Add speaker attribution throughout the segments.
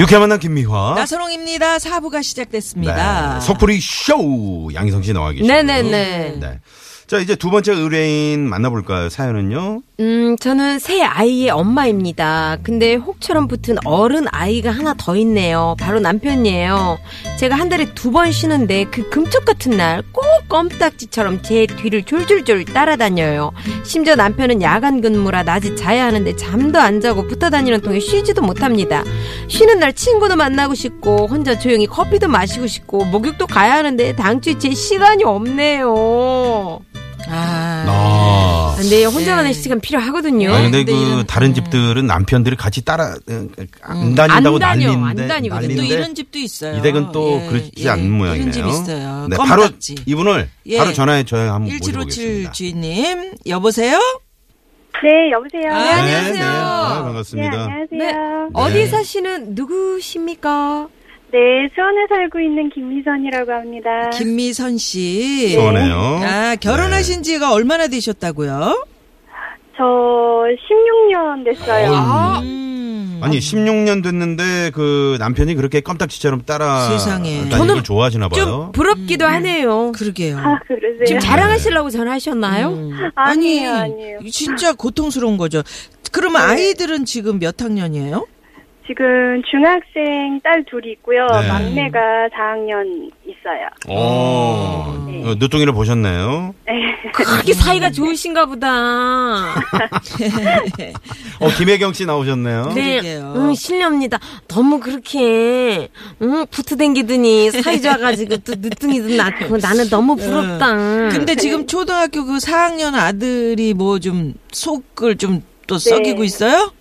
Speaker 1: 유쾌한 만남 김미화.
Speaker 2: 나선홍입니다. 4부가 시작됐습니다.
Speaker 1: 어? 네. 속풀이 쇼! 양희성 씨 나와 계시고.
Speaker 3: 네네네.
Speaker 1: 네. 자, 이제 두 번째 의뢰인 만나볼까요? 사연은요?
Speaker 3: 음, 저는 새 아이의 엄마입니다. 근데 혹처럼 붙은 어른 아이가 하나 더 있네요. 바로 남편이에요. 제가 한 달에 두 번 쉬는데 그 금쪽 같은 날 꼭 껌딱지처럼 제 뒤를 졸졸졸 따라다녀요. 심지어 남편은 야간 근무라 낮에 자야 하는데 잠도 안 자고 붙어 다니는 통에 쉬지도 못합니다. 쉬는 날 친구도 만나고 싶고 혼자 조용히 커피도 마시고 싶고 목욕도 가야 하는데 당초에 제 시간이 없네요.
Speaker 2: 아,
Speaker 1: 아.
Speaker 3: 근데 혼자만의
Speaker 2: 네.
Speaker 3: 시간 필요하거든요.
Speaker 1: 아 근데 그
Speaker 2: 이런-
Speaker 1: 다른 집들은 남편들이 같이 따라 음, 안 다닌다고
Speaker 3: 안 다녀,
Speaker 1: 난리인데
Speaker 3: 안 다니거든요.
Speaker 2: 또
Speaker 1: 난리인데
Speaker 2: 이런 집도 있어요. 예,
Speaker 1: 이댁은 또 그렇지 않은 모양이네요.
Speaker 2: 이런 집 있어요.
Speaker 1: 네, 바로
Speaker 2: 껌딱지.
Speaker 1: 이분을
Speaker 2: 예.
Speaker 1: 바로 전화해 저희 한번
Speaker 2: 1757
Speaker 1: 모셔보겠습니다.
Speaker 2: 주인님, 여보세요?
Speaker 4: 네, 여보세요.
Speaker 2: 아,
Speaker 1: 네,
Speaker 2: 안녕하세요.
Speaker 1: 네. 아,
Speaker 4: 네,
Speaker 1: 반갑습니다.
Speaker 4: 안녕하세요.
Speaker 1: 네.
Speaker 3: 어디 사시는 누구십니까?
Speaker 4: 네, 수원에 살고 있는 김미선이라고 합니다.
Speaker 2: 김미선 씨.
Speaker 1: 수원에요.
Speaker 2: 아, 결혼하신 지가 얼마나 되셨다고요?
Speaker 4: 저 16년 됐어요.
Speaker 1: 어이.
Speaker 2: 음.
Speaker 1: 아니 16년 됐는데 그 남편이 그렇게 껌딱지처럼 따라
Speaker 2: 세상에.
Speaker 1: 다니는 걸 좋아하시나 봐요. 음. 네.
Speaker 3: 좀 부럽기도 하네요.
Speaker 2: 그러게요.
Speaker 4: 아, 그러세요?
Speaker 3: 지금 자랑하시려고 전화하셨나요?
Speaker 1: 음.
Speaker 4: 아니에요, 아니에요. 네.
Speaker 2: 진짜 고통스러운 거죠. 그러면 아이들은 지금 몇 학년이에요?
Speaker 4: 지금 중학생 딸 둘이 있고요.
Speaker 1: 네.
Speaker 4: 막내가 4학년 있어요.
Speaker 1: 어, 어, 늦둥이를 보셨네요.
Speaker 3: 그렇게 사이가 좋으신가 보다.
Speaker 1: 어, 김혜경 씨 나오셨네요.
Speaker 3: 네,
Speaker 2: 그러게요.
Speaker 3: 응, 실례합니다. 너무 그렇게 응, 붙어댕기더니 사이 좋아가지고 또 늦둥이도 낳고 나는 너무
Speaker 4: 음.
Speaker 3: 부럽다.
Speaker 2: 음. 근데
Speaker 4: 네.
Speaker 2: 지금 초등학교 그 4학년 아들이 뭐 좀 속을 좀 또
Speaker 4: 네.
Speaker 2: 썩이고 있어요?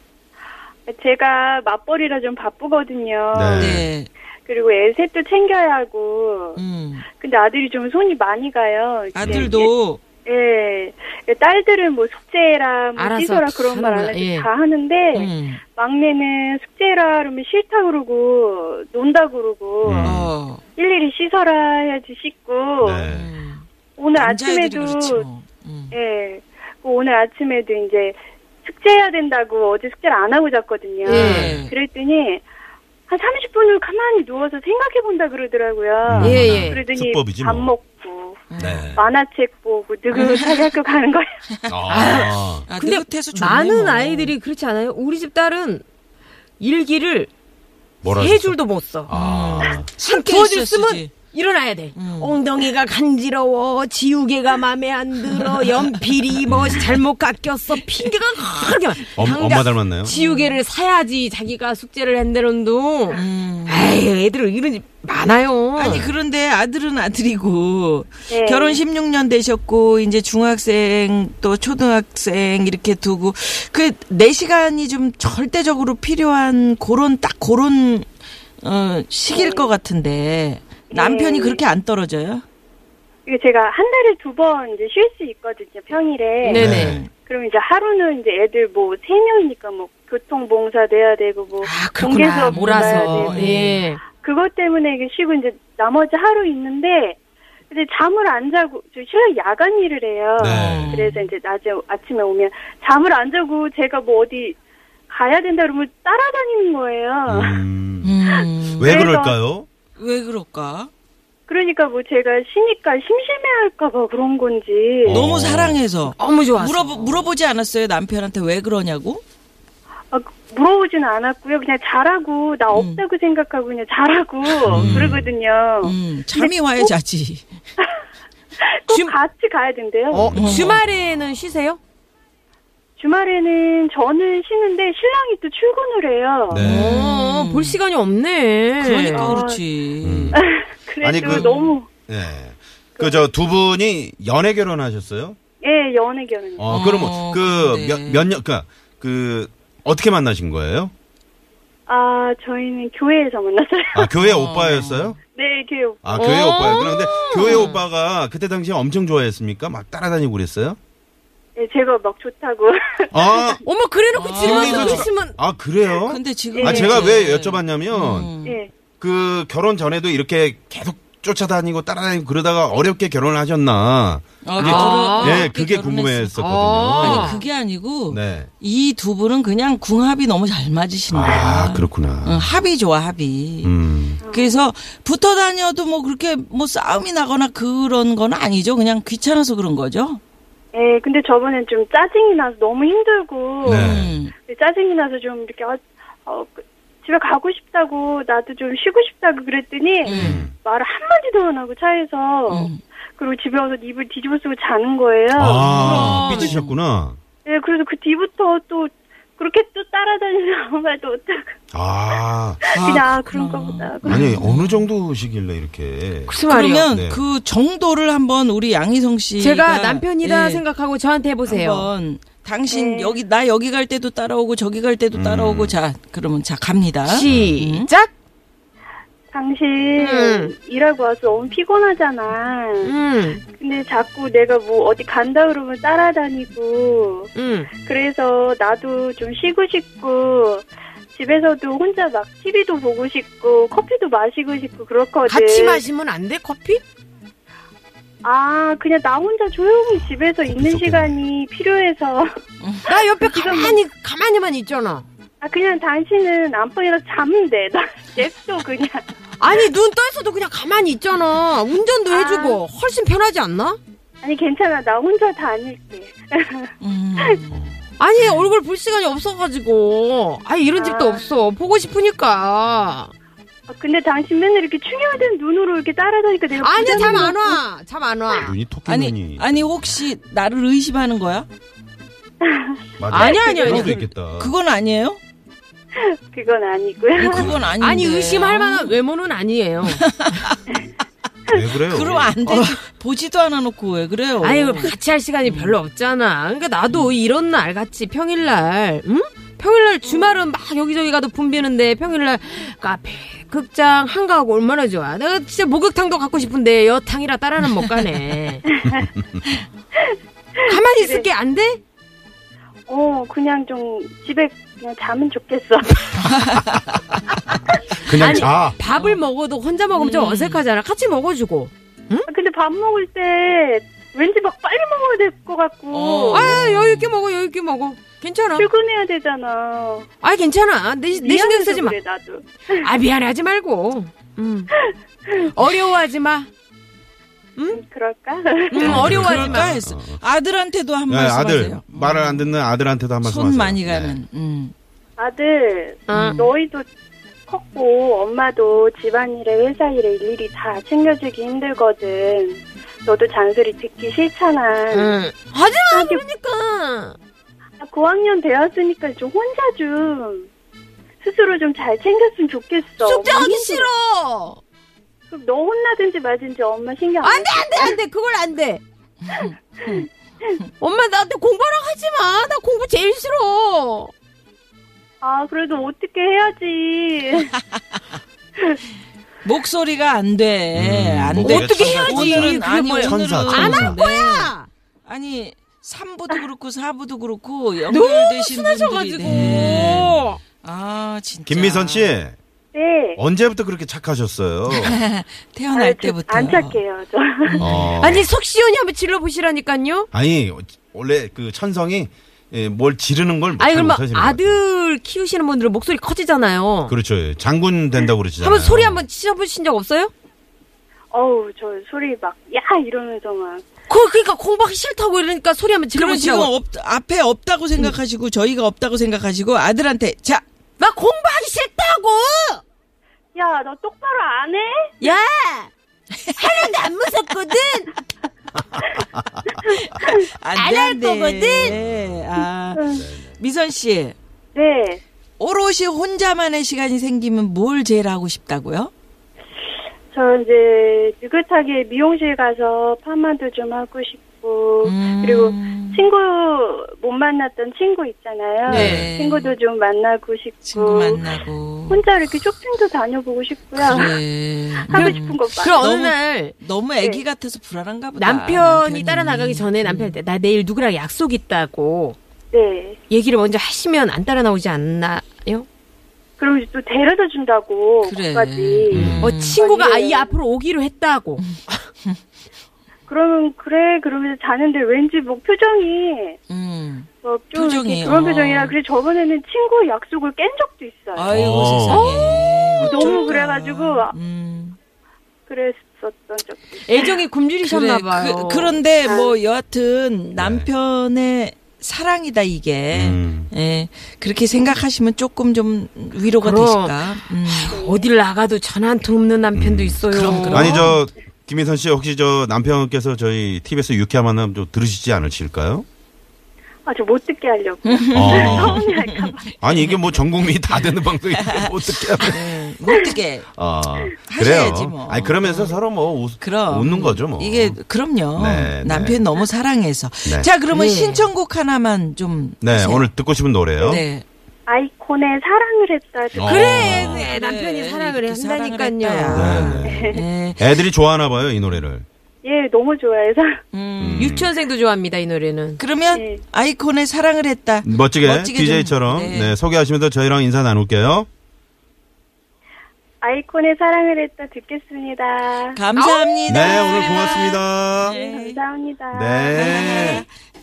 Speaker 4: 제가 맞벌이라 좀 바쁘거든요.
Speaker 1: 네.
Speaker 2: 네.
Speaker 4: 그리고 애 셋도 챙겨야 하고.
Speaker 2: 음.
Speaker 4: 근데 아들이 좀 손이 많이 가요. 이제
Speaker 2: 아들도
Speaker 4: 예. 예, 딸들은 뭐 숙제라, 뭐
Speaker 3: 알아서
Speaker 4: 씻어라 그런 말 안
Speaker 3: 하는구나.
Speaker 4: 해도
Speaker 3: 예.
Speaker 4: 다 하는데.
Speaker 2: 음.
Speaker 4: 막내는 숙제라 그러면 싫다 그러고 논다 그러고
Speaker 1: 음.
Speaker 2: 어.
Speaker 4: 일일이 씻어라 해야지 씻고
Speaker 1: 네.
Speaker 2: 음.
Speaker 4: 오늘
Speaker 2: 남자애들이
Speaker 4: 아침에도
Speaker 2: 그렇지 뭐. 음.
Speaker 4: 예 그 오늘 아침에도 이제 숙제해야 된다고 어제 숙제를 안 하고 잤거든요
Speaker 2: 예.
Speaker 4: 그랬더니 한 30분을 가만히 누워서 생각해 본다 그러더라고요
Speaker 1: 음.
Speaker 3: 예, 예.
Speaker 4: 그러더니
Speaker 1: 수법이지
Speaker 4: 밥
Speaker 1: 뭐.
Speaker 4: 먹고
Speaker 1: 네.
Speaker 4: 만화책 보고 느긋하게 학교 가는 거예요
Speaker 1: 아.
Speaker 2: 아,
Speaker 3: 근데
Speaker 2: 느긋해서 좋네,
Speaker 3: 많은
Speaker 2: 뭐.
Speaker 3: 아이들이 그렇지 않아요? 우리 집 딸은 일기를
Speaker 1: 뭐라
Speaker 3: 세
Speaker 1: 그랬어?
Speaker 3: 줄도 못 써.
Speaker 1: 아.
Speaker 3: 한
Speaker 2: 함께
Speaker 3: 두어 줄
Speaker 2: 있었으면
Speaker 3: 쓰면 일어나야 돼.
Speaker 2: 음.
Speaker 3: 엉덩이가 간지러워, 지우개가 마음에 안 들어, 연필이 뭐
Speaker 2: 음.
Speaker 3: 잘못 깎였어, 핑계가 그렇게 많아.
Speaker 1: 엄,
Speaker 3: 당장
Speaker 1: 엄마 닮았나요?
Speaker 3: 지우개를 사야지 자기가 숙제를 한다는 둥.
Speaker 2: 음.
Speaker 3: 에이, 애들 이런 집 많아요.
Speaker 2: 아니 그런데 아들은 아들이고
Speaker 3: 네.
Speaker 4: 예.
Speaker 2: 결혼 16년 되셨고 이제 중학생 또 초등학생 이렇게 두고 그 내 시간이 좀 절대적으로 필요한 그런 딱 그런 어 시기일 것 같은데
Speaker 3: 네.
Speaker 2: 남편이 그렇게 안 떨어져요?
Speaker 4: 이게 제가 한 달에 두 번 이제 쉴 수 있거든요 평일에
Speaker 3: 네네.
Speaker 4: 그럼 이제 하루는 이제 애들 뭐 세 명이니까 뭐 교통 봉사도 해야 되고 뭐
Speaker 3: 아,
Speaker 4: 공개
Speaker 3: 그렇구나.
Speaker 4: 수업
Speaker 3: 몰아서.
Speaker 4: 받아야 되고.
Speaker 3: 예.
Speaker 4: 그것 때문에 이게 쉬고 이제 나머지 하루 있는데 이제 잠을 안 자고 저 쉬어 야간 일을 해요.
Speaker 1: 네.
Speaker 4: 그래서 이제 낮에 아침에 오면 잠을 안 자고 제가 뭐 어디 가야 된다 그러면 따라다니는 거예요.
Speaker 1: 음.
Speaker 2: 음.
Speaker 1: 왜
Speaker 4: 그래서-
Speaker 1: 그럴까요?
Speaker 2: 왜 그럴까?
Speaker 4: 그러니까 뭐 제가 쉬니까 심심해할까봐 그런 건지
Speaker 1: 어.
Speaker 2: 너무 사랑해서
Speaker 3: 너무 좋아.
Speaker 2: 물어 물어보지 않았어요 남편한테 왜 그러냐고?
Speaker 4: 막 아, 물어보지는 않았고요. 그냥 잘하고
Speaker 1: 음.
Speaker 4: 나 없다고 생각하고 그냥 잘하고 그러거든요.
Speaker 2: 음, 잠이 와야 자지.
Speaker 4: 꼭
Speaker 3: 지금-
Speaker 4: 같이 가야 된대요.
Speaker 3: 어, 주말에는 쉬세요?
Speaker 4: 주말에는 저는 쉬는데 신랑이 또 출근을 해요.
Speaker 1: 네.
Speaker 3: 어, 볼 시간이 없네.
Speaker 2: 음. 그러니까
Speaker 4: 어.
Speaker 2: 그렇지.
Speaker 1: 음.
Speaker 4: 그래서
Speaker 1: 아니, 그-
Speaker 4: 너무
Speaker 1: 네. 그 저 두 분이 연애 결혼하셨어요?
Speaker 4: 예 연애 결혼.
Speaker 1: 어,
Speaker 2: 어,
Speaker 1: 그러면
Speaker 2: 그래.
Speaker 1: 그러니까 그몇몇 년, 그니까 그 어떻게 만나신 거예요?
Speaker 4: 아, 저희는 교회에서 만났어요.
Speaker 1: 아, 교회 오빠였어요?
Speaker 4: 네, 교회 오빠.
Speaker 1: 아, 교회 오빠요. 그런데 교회 오빠가 그때 당시에 엄청 좋아했습니까? 막 따라다니고 그랬어요?
Speaker 4: 네, 제가 막 좋다고.
Speaker 1: 아,
Speaker 3: 어머 그래놓고
Speaker 1: 이거
Speaker 3: 질문을
Speaker 1: 진짜-
Speaker 3: 하시면
Speaker 1: 아, 그래요?
Speaker 2: 근데 지금
Speaker 3: 네.
Speaker 1: 아, 제가 왜 여쭤봤냐면,
Speaker 2: 음.
Speaker 4: 예.
Speaker 1: 그 결혼 전에도 이렇게 계속 쫓아다니고 따라다니고 그러다가 어렵게 결혼을 하셨나.
Speaker 2: 아,
Speaker 1: 그게-
Speaker 2: 결혼-
Speaker 1: 예, 그게
Speaker 2: 결혼했을-
Speaker 1: 궁금했었거든요.
Speaker 3: 아.
Speaker 2: 아니 그게 아니고
Speaker 1: 어. 네.
Speaker 2: 이 두 분은 그냥 궁합이 너무 잘 맞으신다.
Speaker 1: 아, 그렇구나.
Speaker 2: 응, 합이 좋아 합이.
Speaker 1: 음.
Speaker 2: 그래서 붙어 다녀도 뭐 그렇게 뭐 싸움이 나거나 그런 건 아니죠. 그냥 귀찮아서 그런 거죠.
Speaker 4: 예, 근데 저번엔 좀 짜증이 나서 너무 힘들고.
Speaker 1: 네.
Speaker 2: 음.
Speaker 4: 짜증이 나서 좀 이렇게 어, 어, 그- 집에 가고 싶다고 나도 좀 쉬고 싶다고 그랬더니
Speaker 1: 음.
Speaker 4: 말을 한마디도 안 하고 차에서 그리고 집에 와서 입을 뒤집어 쓰고 자는 거예요.
Speaker 1: 아, 삐치셨구나.
Speaker 4: 네, 그래서 그 뒤부터 또 그렇게 또 따라다니는 아무 말도 못하고
Speaker 1: 아,
Speaker 4: 그냥 아, 그런 거보다.
Speaker 1: 아니, 어느 정도시길래 이렇게.
Speaker 3: 무슨 말이요?
Speaker 2: 그러면
Speaker 1: 네.
Speaker 2: 그 정도를 한번 우리 양희성 씨
Speaker 3: 제가 남편이다 생각하고 저한테 해보세요.
Speaker 2: 예.
Speaker 3: 네.
Speaker 2: 한번 당신 여기 나 여기 갈 때도 따라오고 저기 갈
Speaker 1: 음.
Speaker 2: 때도 따라오고 자 그러면 자 갑니다.
Speaker 3: 시작.
Speaker 4: 당신
Speaker 3: 음.
Speaker 4: 일하고 와서 너무 피곤하잖아.
Speaker 3: 음,
Speaker 4: 근데 자꾸 내가 뭐 어디 간다 그러면 따라다니고
Speaker 3: 음.
Speaker 4: 그래서 나도 좀 쉬고 싶고 집에서도 혼자 막 TV도 보고 싶고 커피도 마시고 싶고 그렇거든.
Speaker 3: 같이 마시면 안 돼? 커피?
Speaker 4: 아 그냥 나 혼자 조용히 집에서 있는
Speaker 1: 좋겠네.
Speaker 4: 시간이 필요해서
Speaker 3: 나 옆에 가만히 가만히만 있잖아.
Speaker 4: 아 그냥 당신은 안방이라 자면 돼. 나 냅둬 그냥.
Speaker 3: 아니 눈 떠있어도 그냥 가만히 있잖아. 운전도 해주고 훨씬 편하지 않나?
Speaker 4: 아니 괜찮아 나 혼자 다닐게.
Speaker 2: 음.
Speaker 3: 아니 얼굴 볼 시간이 없어가지고. 아 이런 집도
Speaker 4: 아.
Speaker 3: 없어. 보고 싶으니까.
Speaker 4: 아, 근데 당신 맨날 이렇게 충혈된 눈으로 이렇게 따라다니까 내가
Speaker 3: 아니야
Speaker 4: 부담이
Speaker 3: 잠 안 와. 잠 안 와.
Speaker 1: 눈이 토끼
Speaker 2: 아니
Speaker 1: 눈이.
Speaker 2: 아니 혹시 나를 의심하는 거야?
Speaker 1: 맞아.
Speaker 3: 아니, 아니, 아니.
Speaker 1: 그럴 수도 있겠다.
Speaker 2: 그건 아니에요? 뭐
Speaker 4: 그건 아니고요.
Speaker 2: 그건 아닌데.
Speaker 3: 아니 의심할 만한 외모는 아니에요.
Speaker 1: 왜 그래요? 어.
Speaker 2: 그러면 안 되지. 보지도 않아 놓고 왜 그래요?
Speaker 3: 아유 같이 할 시간이 별로 없잖아. 그러니까
Speaker 4: 음.
Speaker 3: 나도 이런 날 같이 평일날, 응? 평일날 주말은 막 여기저기 가도 붐비는데 평일날 카페, 극장, 한가하고 얼마나 좋아. 내가 진짜 목욕탕도 갖고 싶은데 여탕이라 따라는 못 가네. 가만히 있을 게 안 돼?
Speaker 4: 어 그냥 좀 집에 그냥 자면 좋겠어.
Speaker 1: 그냥
Speaker 3: 아니,
Speaker 1: 자.
Speaker 3: 밥을 먹어도 혼자 먹으면
Speaker 4: 음.
Speaker 3: 좀 어색하잖아. 같이 먹어주고.
Speaker 4: 아, 근데 밥 먹을 때 왠지 막 빨리 먹어야 될 것 같고
Speaker 2: 어.
Speaker 3: 아 여유 있게 먹어, 여유 있게 먹어. 괜찮아.
Speaker 4: 출근해야 되잖아.
Speaker 3: 아 괜찮아. 내, 내 신경
Speaker 4: 미안해서
Speaker 3: 쓰지 마.
Speaker 4: 그래 나도.
Speaker 3: 아 미안해하지 말고. 음. 어려워하지 마.
Speaker 4: 그럴까?
Speaker 3: 음, 어려워하지
Speaker 2: 그럴까
Speaker 3: 마.
Speaker 2: 했어. 아들한테도 한
Speaker 1: 네,
Speaker 2: 말씀
Speaker 1: 아들
Speaker 2: 하세요.
Speaker 1: 말을 안 듣는 아들한테도 한 말씀
Speaker 2: 손
Speaker 1: 하세요.
Speaker 2: 많이
Speaker 1: 네.
Speaker 2: 가는. 음.
Speaker 4: 아들
Speaker 3: 어.
Speaker 4: 너희도 컸고 엄마도 집안일에 회사일에 일일이 다 챙겨주기 힘들거든. 너도 잔소리 듣기 싫잖아.
Speaker 3: 응. 하지마
Speaker 4: 저기-
Speaker 3: 그러니까
Speaker 4: 아, 고학년 되었으니까 좀 혼자 좀 스스로 좀 잘 챙겼으면 좋겠어.
Speaker 3: 숙제하기
Speaker 4: 엄마 힘들어.
Speaker 3: 싫어
Speaker 4: 그럼 너 혼나든지 말든지 엄마 신경 안
Speaker 3: 안돼 안돼 안돼 그걸 안돼 엄마 나한테 공부하라고 하지마 나 공부 제일 싫어
Speaker 4: 아, 그래도 어떻게 해야지.
Speaker 2: 목소리가 안 돼.
Speaker 1: 음,
Speaker 2: 안 돼.
Speaker 1: 목소리가 어떻게 천사, 해야지.
Speaker 2: 오늘은
Speaker 3: 그게
Speaker 2: 아니
Speaker 3: 뭐야.
Speaker 1: 천사,
Speaker 2: 오늘은
Speaker 1: 천사. 안할
Speaker 2: 거야. 아니 3부도 그렇고 4부도 그렇고 연결되신 분들이
Speaker 3: 하셔가지고
Speaker 2: 네. 아 진짜
Speaker 1: 김미선 씨
Speaker 4: 네.
Speaker 1: 언제부터 그렇게 착하셨어요?
Speaker 2: 태어날
Speaker 4: 아, 저-
Speaker 2: 때부터
Speaker 4: 안 착해요, 저.
Speaker 1: 어.
Speaker 3: 아니 석시연이 한번 질러보시라니까요
Speaker 1: 아니 원래 그 천성이 예, 뭘 지르는 걸
Speaker 3: 아니
Speaker 1: 잘
Speaker 3: 그러면
Speaker 1: 못하시는 것
Speaker 3: 아들 키우시는 분들은 목소리 커지잖아요
Speaker 1: 같아요. 그렇죠. 장군 된다고 그러시잖아요.
Speaker 3: 한번 소리 한번 치셔보신 적 없어요?
Speaker 4: 어우, 저 소리 막, 야! 이러면서 막.
Speaker 3: 그 그러니까 공부하기 싫다고 이러니까 소리 한번
Speaker 2: 그럼 어- 지금
Speaker 3: 질러보시라고
Speaker 2: 없, 앞에 없다고 생각하시고 저희가 없다고 생각하시고 아들한테 자
Speaker 3: 나 공부하기 싫다고
Speaker 4: 야, 너 똑바로 안 해?
Speaker 3: 야 하나도 안 무섭거든
Speaker 2: 안
Speaker 3: 안
Speaker 2: 돼,
Speaker 3: 할
Speaker 2: 안 돼.
Speaker 3: 거거든?
Speaker 2: 네. 아, 미선 씨
Speaker 4: 네.
Speaker 2: 오롯이 혼자만의 시간이 생기면 뭘 제일 하고 싶다고요?
Speaker 4: 저 이제 느긋하게 미용실 가서 파마도 좀 하고 싶고. 싶고
Speaker 2: 음.
Speaker 4: 그리고 친구 못 만났던 친구 있잖아요.
Speaker 2: 네.
Speaker 4: 친구도 좀 만나고 싶고
Speaker 2: 친구 만나고.
Speaker 4: 혼자 이렇게 쇼핑도 다녀보고 싶고요.
Speaker 2: 그래.
Speaker 4: 하고 싶은 네. 거 많아요.
Speaker 3: 그럼 어느
Speaker 2: 너무-
Speaker 3: 날
Speaker 2: 너무 애기 같아서 불안한가 보다.
Speaker 3: 남편이 따라 나가기 전에 남편한테 나 내일 누구랑 약속 있다고
Speaker 4: 네.
Speaker 3: 얘기를 먼저 하시면 안 따라 나오지 않나요?
Speaker 4: 그리고 또 데려다 준다고
Speaker 2: 그래. 음.
Speaker 4: 거기까지.
Speaker 3: 어, 친구가
Speaker 4: 아니에요.
Speaker 3: 아이 앞으로 오기로 했다고.
Speaker 4: 그러면 그래 그러면서 자는데 왠지 뭐 표정이
Speaker 2: 음.
Speaker 4: 막 좀
Speaker 2: 표정이,
Speaker 4: 이렇게 그런
Speaker 2: 어.
Speaker 4: 표정이라 그래 저번에는 친구 약속을 깬 적도 있어요.
Speaker 2: 아이고
Speaker 1: 어.
Speaker 2: 세상에.
Speaker 4: 너무
Speaker 2: 어쩌다.
Speaker 4: 그래가지고
Speaker 2: 음.
Speaker 4: 그랬었던 적도 있어요.
Speaker 3: 애정이 굶주리셨나 봐요.
Speaker 2: 그, 그런데
Speaker 4: 아.
Speaker 2: 뭐 여하튼 남편의 사랑이다 이게.
Speaker 1: 네. 음.
Speaker 2: 예. 그렇게 생각하시면 조금 좀 위로가
Speaker 3: 그럼.
Speaker 2: 되실까? 음.
Speaker 3: 어딜 나가도 전화 한 통 없는 남편도 있어요.
Speaker 2: 그럼, 그럼.
Speaker 1: 아니 저 김인선 씨 혹시 저 남편께서 저희 TBS 유쾌한 만남 좀 들으시지 않으실까요?
Speaker 4: 아 저 못 듣게 하려고.
Speaker 2: 음.
Speaker 1: 어.
Speaker 4: 서운해 할까봐.
Speaker 1: 아니 이게 뭐 전 국민이 다 되는 방송인데 뭐 어떻게 하면
Speaker 3: 네.
Speaker 2: 예. 어떻게
Speaker 1: 어,
Speaker 2: 하셔야지
Speaker 1: 그래요.
Speaker 2: 뭐.
Speaker 1: 아니 그러면서 서로 뭐 웃,
Speaker 2: 그럼
Speaker 1: 웃는 거죠 뭐.
Speaker 2: 이게 그럼요.
Speaker 1: 네,
Speaker 2: 남편 이
Speaker 1: 네.
Speaker 2: 너무 사랑해서.
Speaker 1: 네.
Speaker 2: 자, 그러면
Speaker 3: 네.
Speaker 2: 신청곡 하나만 좀
Speaker 1: 네
Speaker 2: 하세요.
Speaker 1: 오늘 듣고 싶은 노래요.
Speaker 2: 네.
Speaker 4: 아이콘의 사랑을 했다. 좀
Speaker 1: 어.
Speaker 3: 그래,
Speaker 2: 그래,
Speaker 3: 네, 남편이 사랑을
Speaker 2: 이렇게 사랑을
Speaker 3: 한다니까요.
Speaker 2: 했다야.
Speaker 1: 네, 네.
Speaker 2: 네.
Speaker 1: 애들이 좋아하나 봐요 이 노래를.
Speaker 4: 예, 너무 좋아해서.
Speaker 2: 음.
Speaker 3: 유치원생도 좋아합니다, 이 노래는.
Speaker 2: 그러면
Speaker 4: 네.
Speaker 2: 아이콘의 사랑을 했다.
Speaker 1: 멋지게,
Speaker 2: 멋지게 좀,
Speaker 1: DJ처럼
Speaker 2: 네.
Speaker 1: 네. 소개하시면서 저희랑 인사 나눌게요.
Speaker 4: 아이콘의 사랑을 했다 듣겠습니다.
Speaker 2: 감사합니다.
Speaker 1: 네 오늘 고맙습니다.
Speaker 4: 네, 감사합니다.
Speaker 1: 네.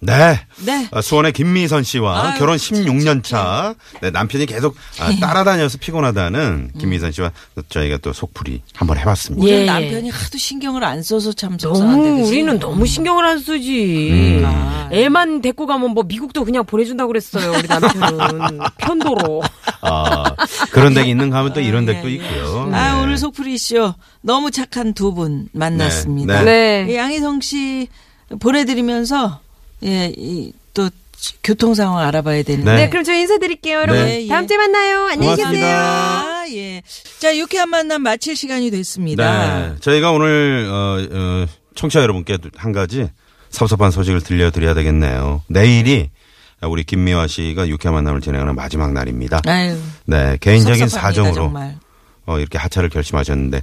Speaker 1: 네.
Speaker 2: 네.
Speaker 1: 아, 수원의 김미선 씨와
Speaker 2: 아유,
Speaker 1: 결혼 16년 차 네, 남편이 계속 아, 따라다녀서 피곤하다는
Speaker 2: 음.
Speaker 1: 김미선 씨와 저희가 또 속풀이 한번 해봤습니다.
Speaker 2: 우리
Speaker 3: 예.
Speaker 2: 남편이 하도 신경을 안 써서 참 속상한데.
Speaker 3: 너무
Speaker 2: 그치?
Speaker 3: 우리는 너무 신경을 안 쓰지.
Speaker 1: 그러니까.
Speaker 3: 애만 데리고 가면 뭐 미국도 그냥 보내준다고 그랬어요. 우리 남편은 편도로.
Speaker 1: 아,
Speaker 2: 네.
Speaker 1: 그런 댁이 있는 가면 또 이런
Speaker 2: 예,
Speaker 1: 댁도
Speaker 2: 예.
Speaker 1: 있고요.
Speaker 2: 아
Speaker 1: 네.
Speaker 2: 오늘 속풀이 쇼 너무 착한 두 분 만났습니다.
Speaker 3: 네.
Speaker 2: 이 양희성 씨 보내드리면서 예또 교통 상황 알아봐야 되는데.
Speaker 1: 네.
Speaker 3: 네, 그럼 저희 인사드릴게요, 여러분.
Speaker 2: 네, 예.
Speaker 3: 다음 주에 만나요. 안녕히 계세요.
Speaker 1: 고맙습니다.
Speaker 2: 아, 예. 자 유쾌한 만남 마칠 시간이 됐습니다.
Speaker 1: 네. 저희가 오늘, 어, 어, 청취자 여러분께 한 가지 섭섭한 소식을 들려드려야 되겠네요. 내일이 우리 김미화 씨가 유쾌한 만남을 진행하는 마지막 날입니다.
Speaker 2: 아유,
Speaker 1: 네. 개인적인
Speaker 2: 섭섭합니다,
Speaker 1: 사정으로
Speaker 2: 정말. 음.
Speaker 1: 어, 이렇게 하차를 결심하셨는데,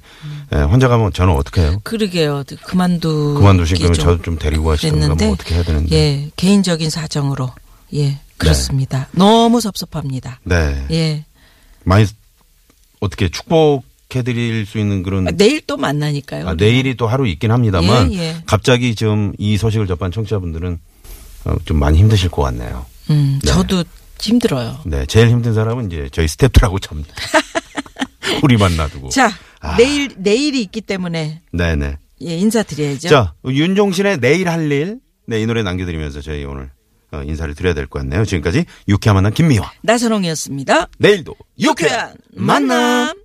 Speaker 1: 예, 혼자 가면 저는 어떻게 해요?
Speaker 2: 그러게요. 그만두
Speaker 1: 그만두신 그러면 저도 좀 데리고 가시던가
Speaker 2: 그랬는데,
Speaker 1: 뭐 어떻게 해야 되는데.
Speaker 2: 예 개인적인 사정으로 예 그렇습니다. 너무 섭섭합니다.
Speaker 1: 네.
Speaker 2: 예.
Speaker 1: 많이 어떻게 축복해 드릴 수 있는 그런
Speaker 2: 아, 내일 또 만나니까요.
Speaker 1: 음. 아, 내일이 또 하루 있긴 합니다만
Speaker 2: 예, 예.
Speaker 1: 갑자기 지금 이 소식을 접한 청취자분들은 어, 좀 많이 힘드실 것 같네요.
Speaker 2: 음,
Speaker 1: 네.
Speaker 2: 저도 힘들어요.
Speaker 1: 네, 제일 힘든 사람은 이제 저희 스태프들하고 접니다. 우리만 놔두고.
Speaker 2: 자,
Speaker 1: 아.
Speaker 2: 내일 내일이 있기 때문에
Speaker 1: 네, 네.
Speaker 2: 예, 인사드려야죠.
Speaker 1: 자, 윤종신의 내일 할 일. 네, 이 노래 남겨드리면서 저희 오늘 어, 인사를 드려야 될 것 같네요. 지금까지 유쾌한 만남 김미화.
Speaker 2: 나선홍이었습니다.
Speaker 1: 내일도 유쾌한
Speaker 2: 유쾌한 만남.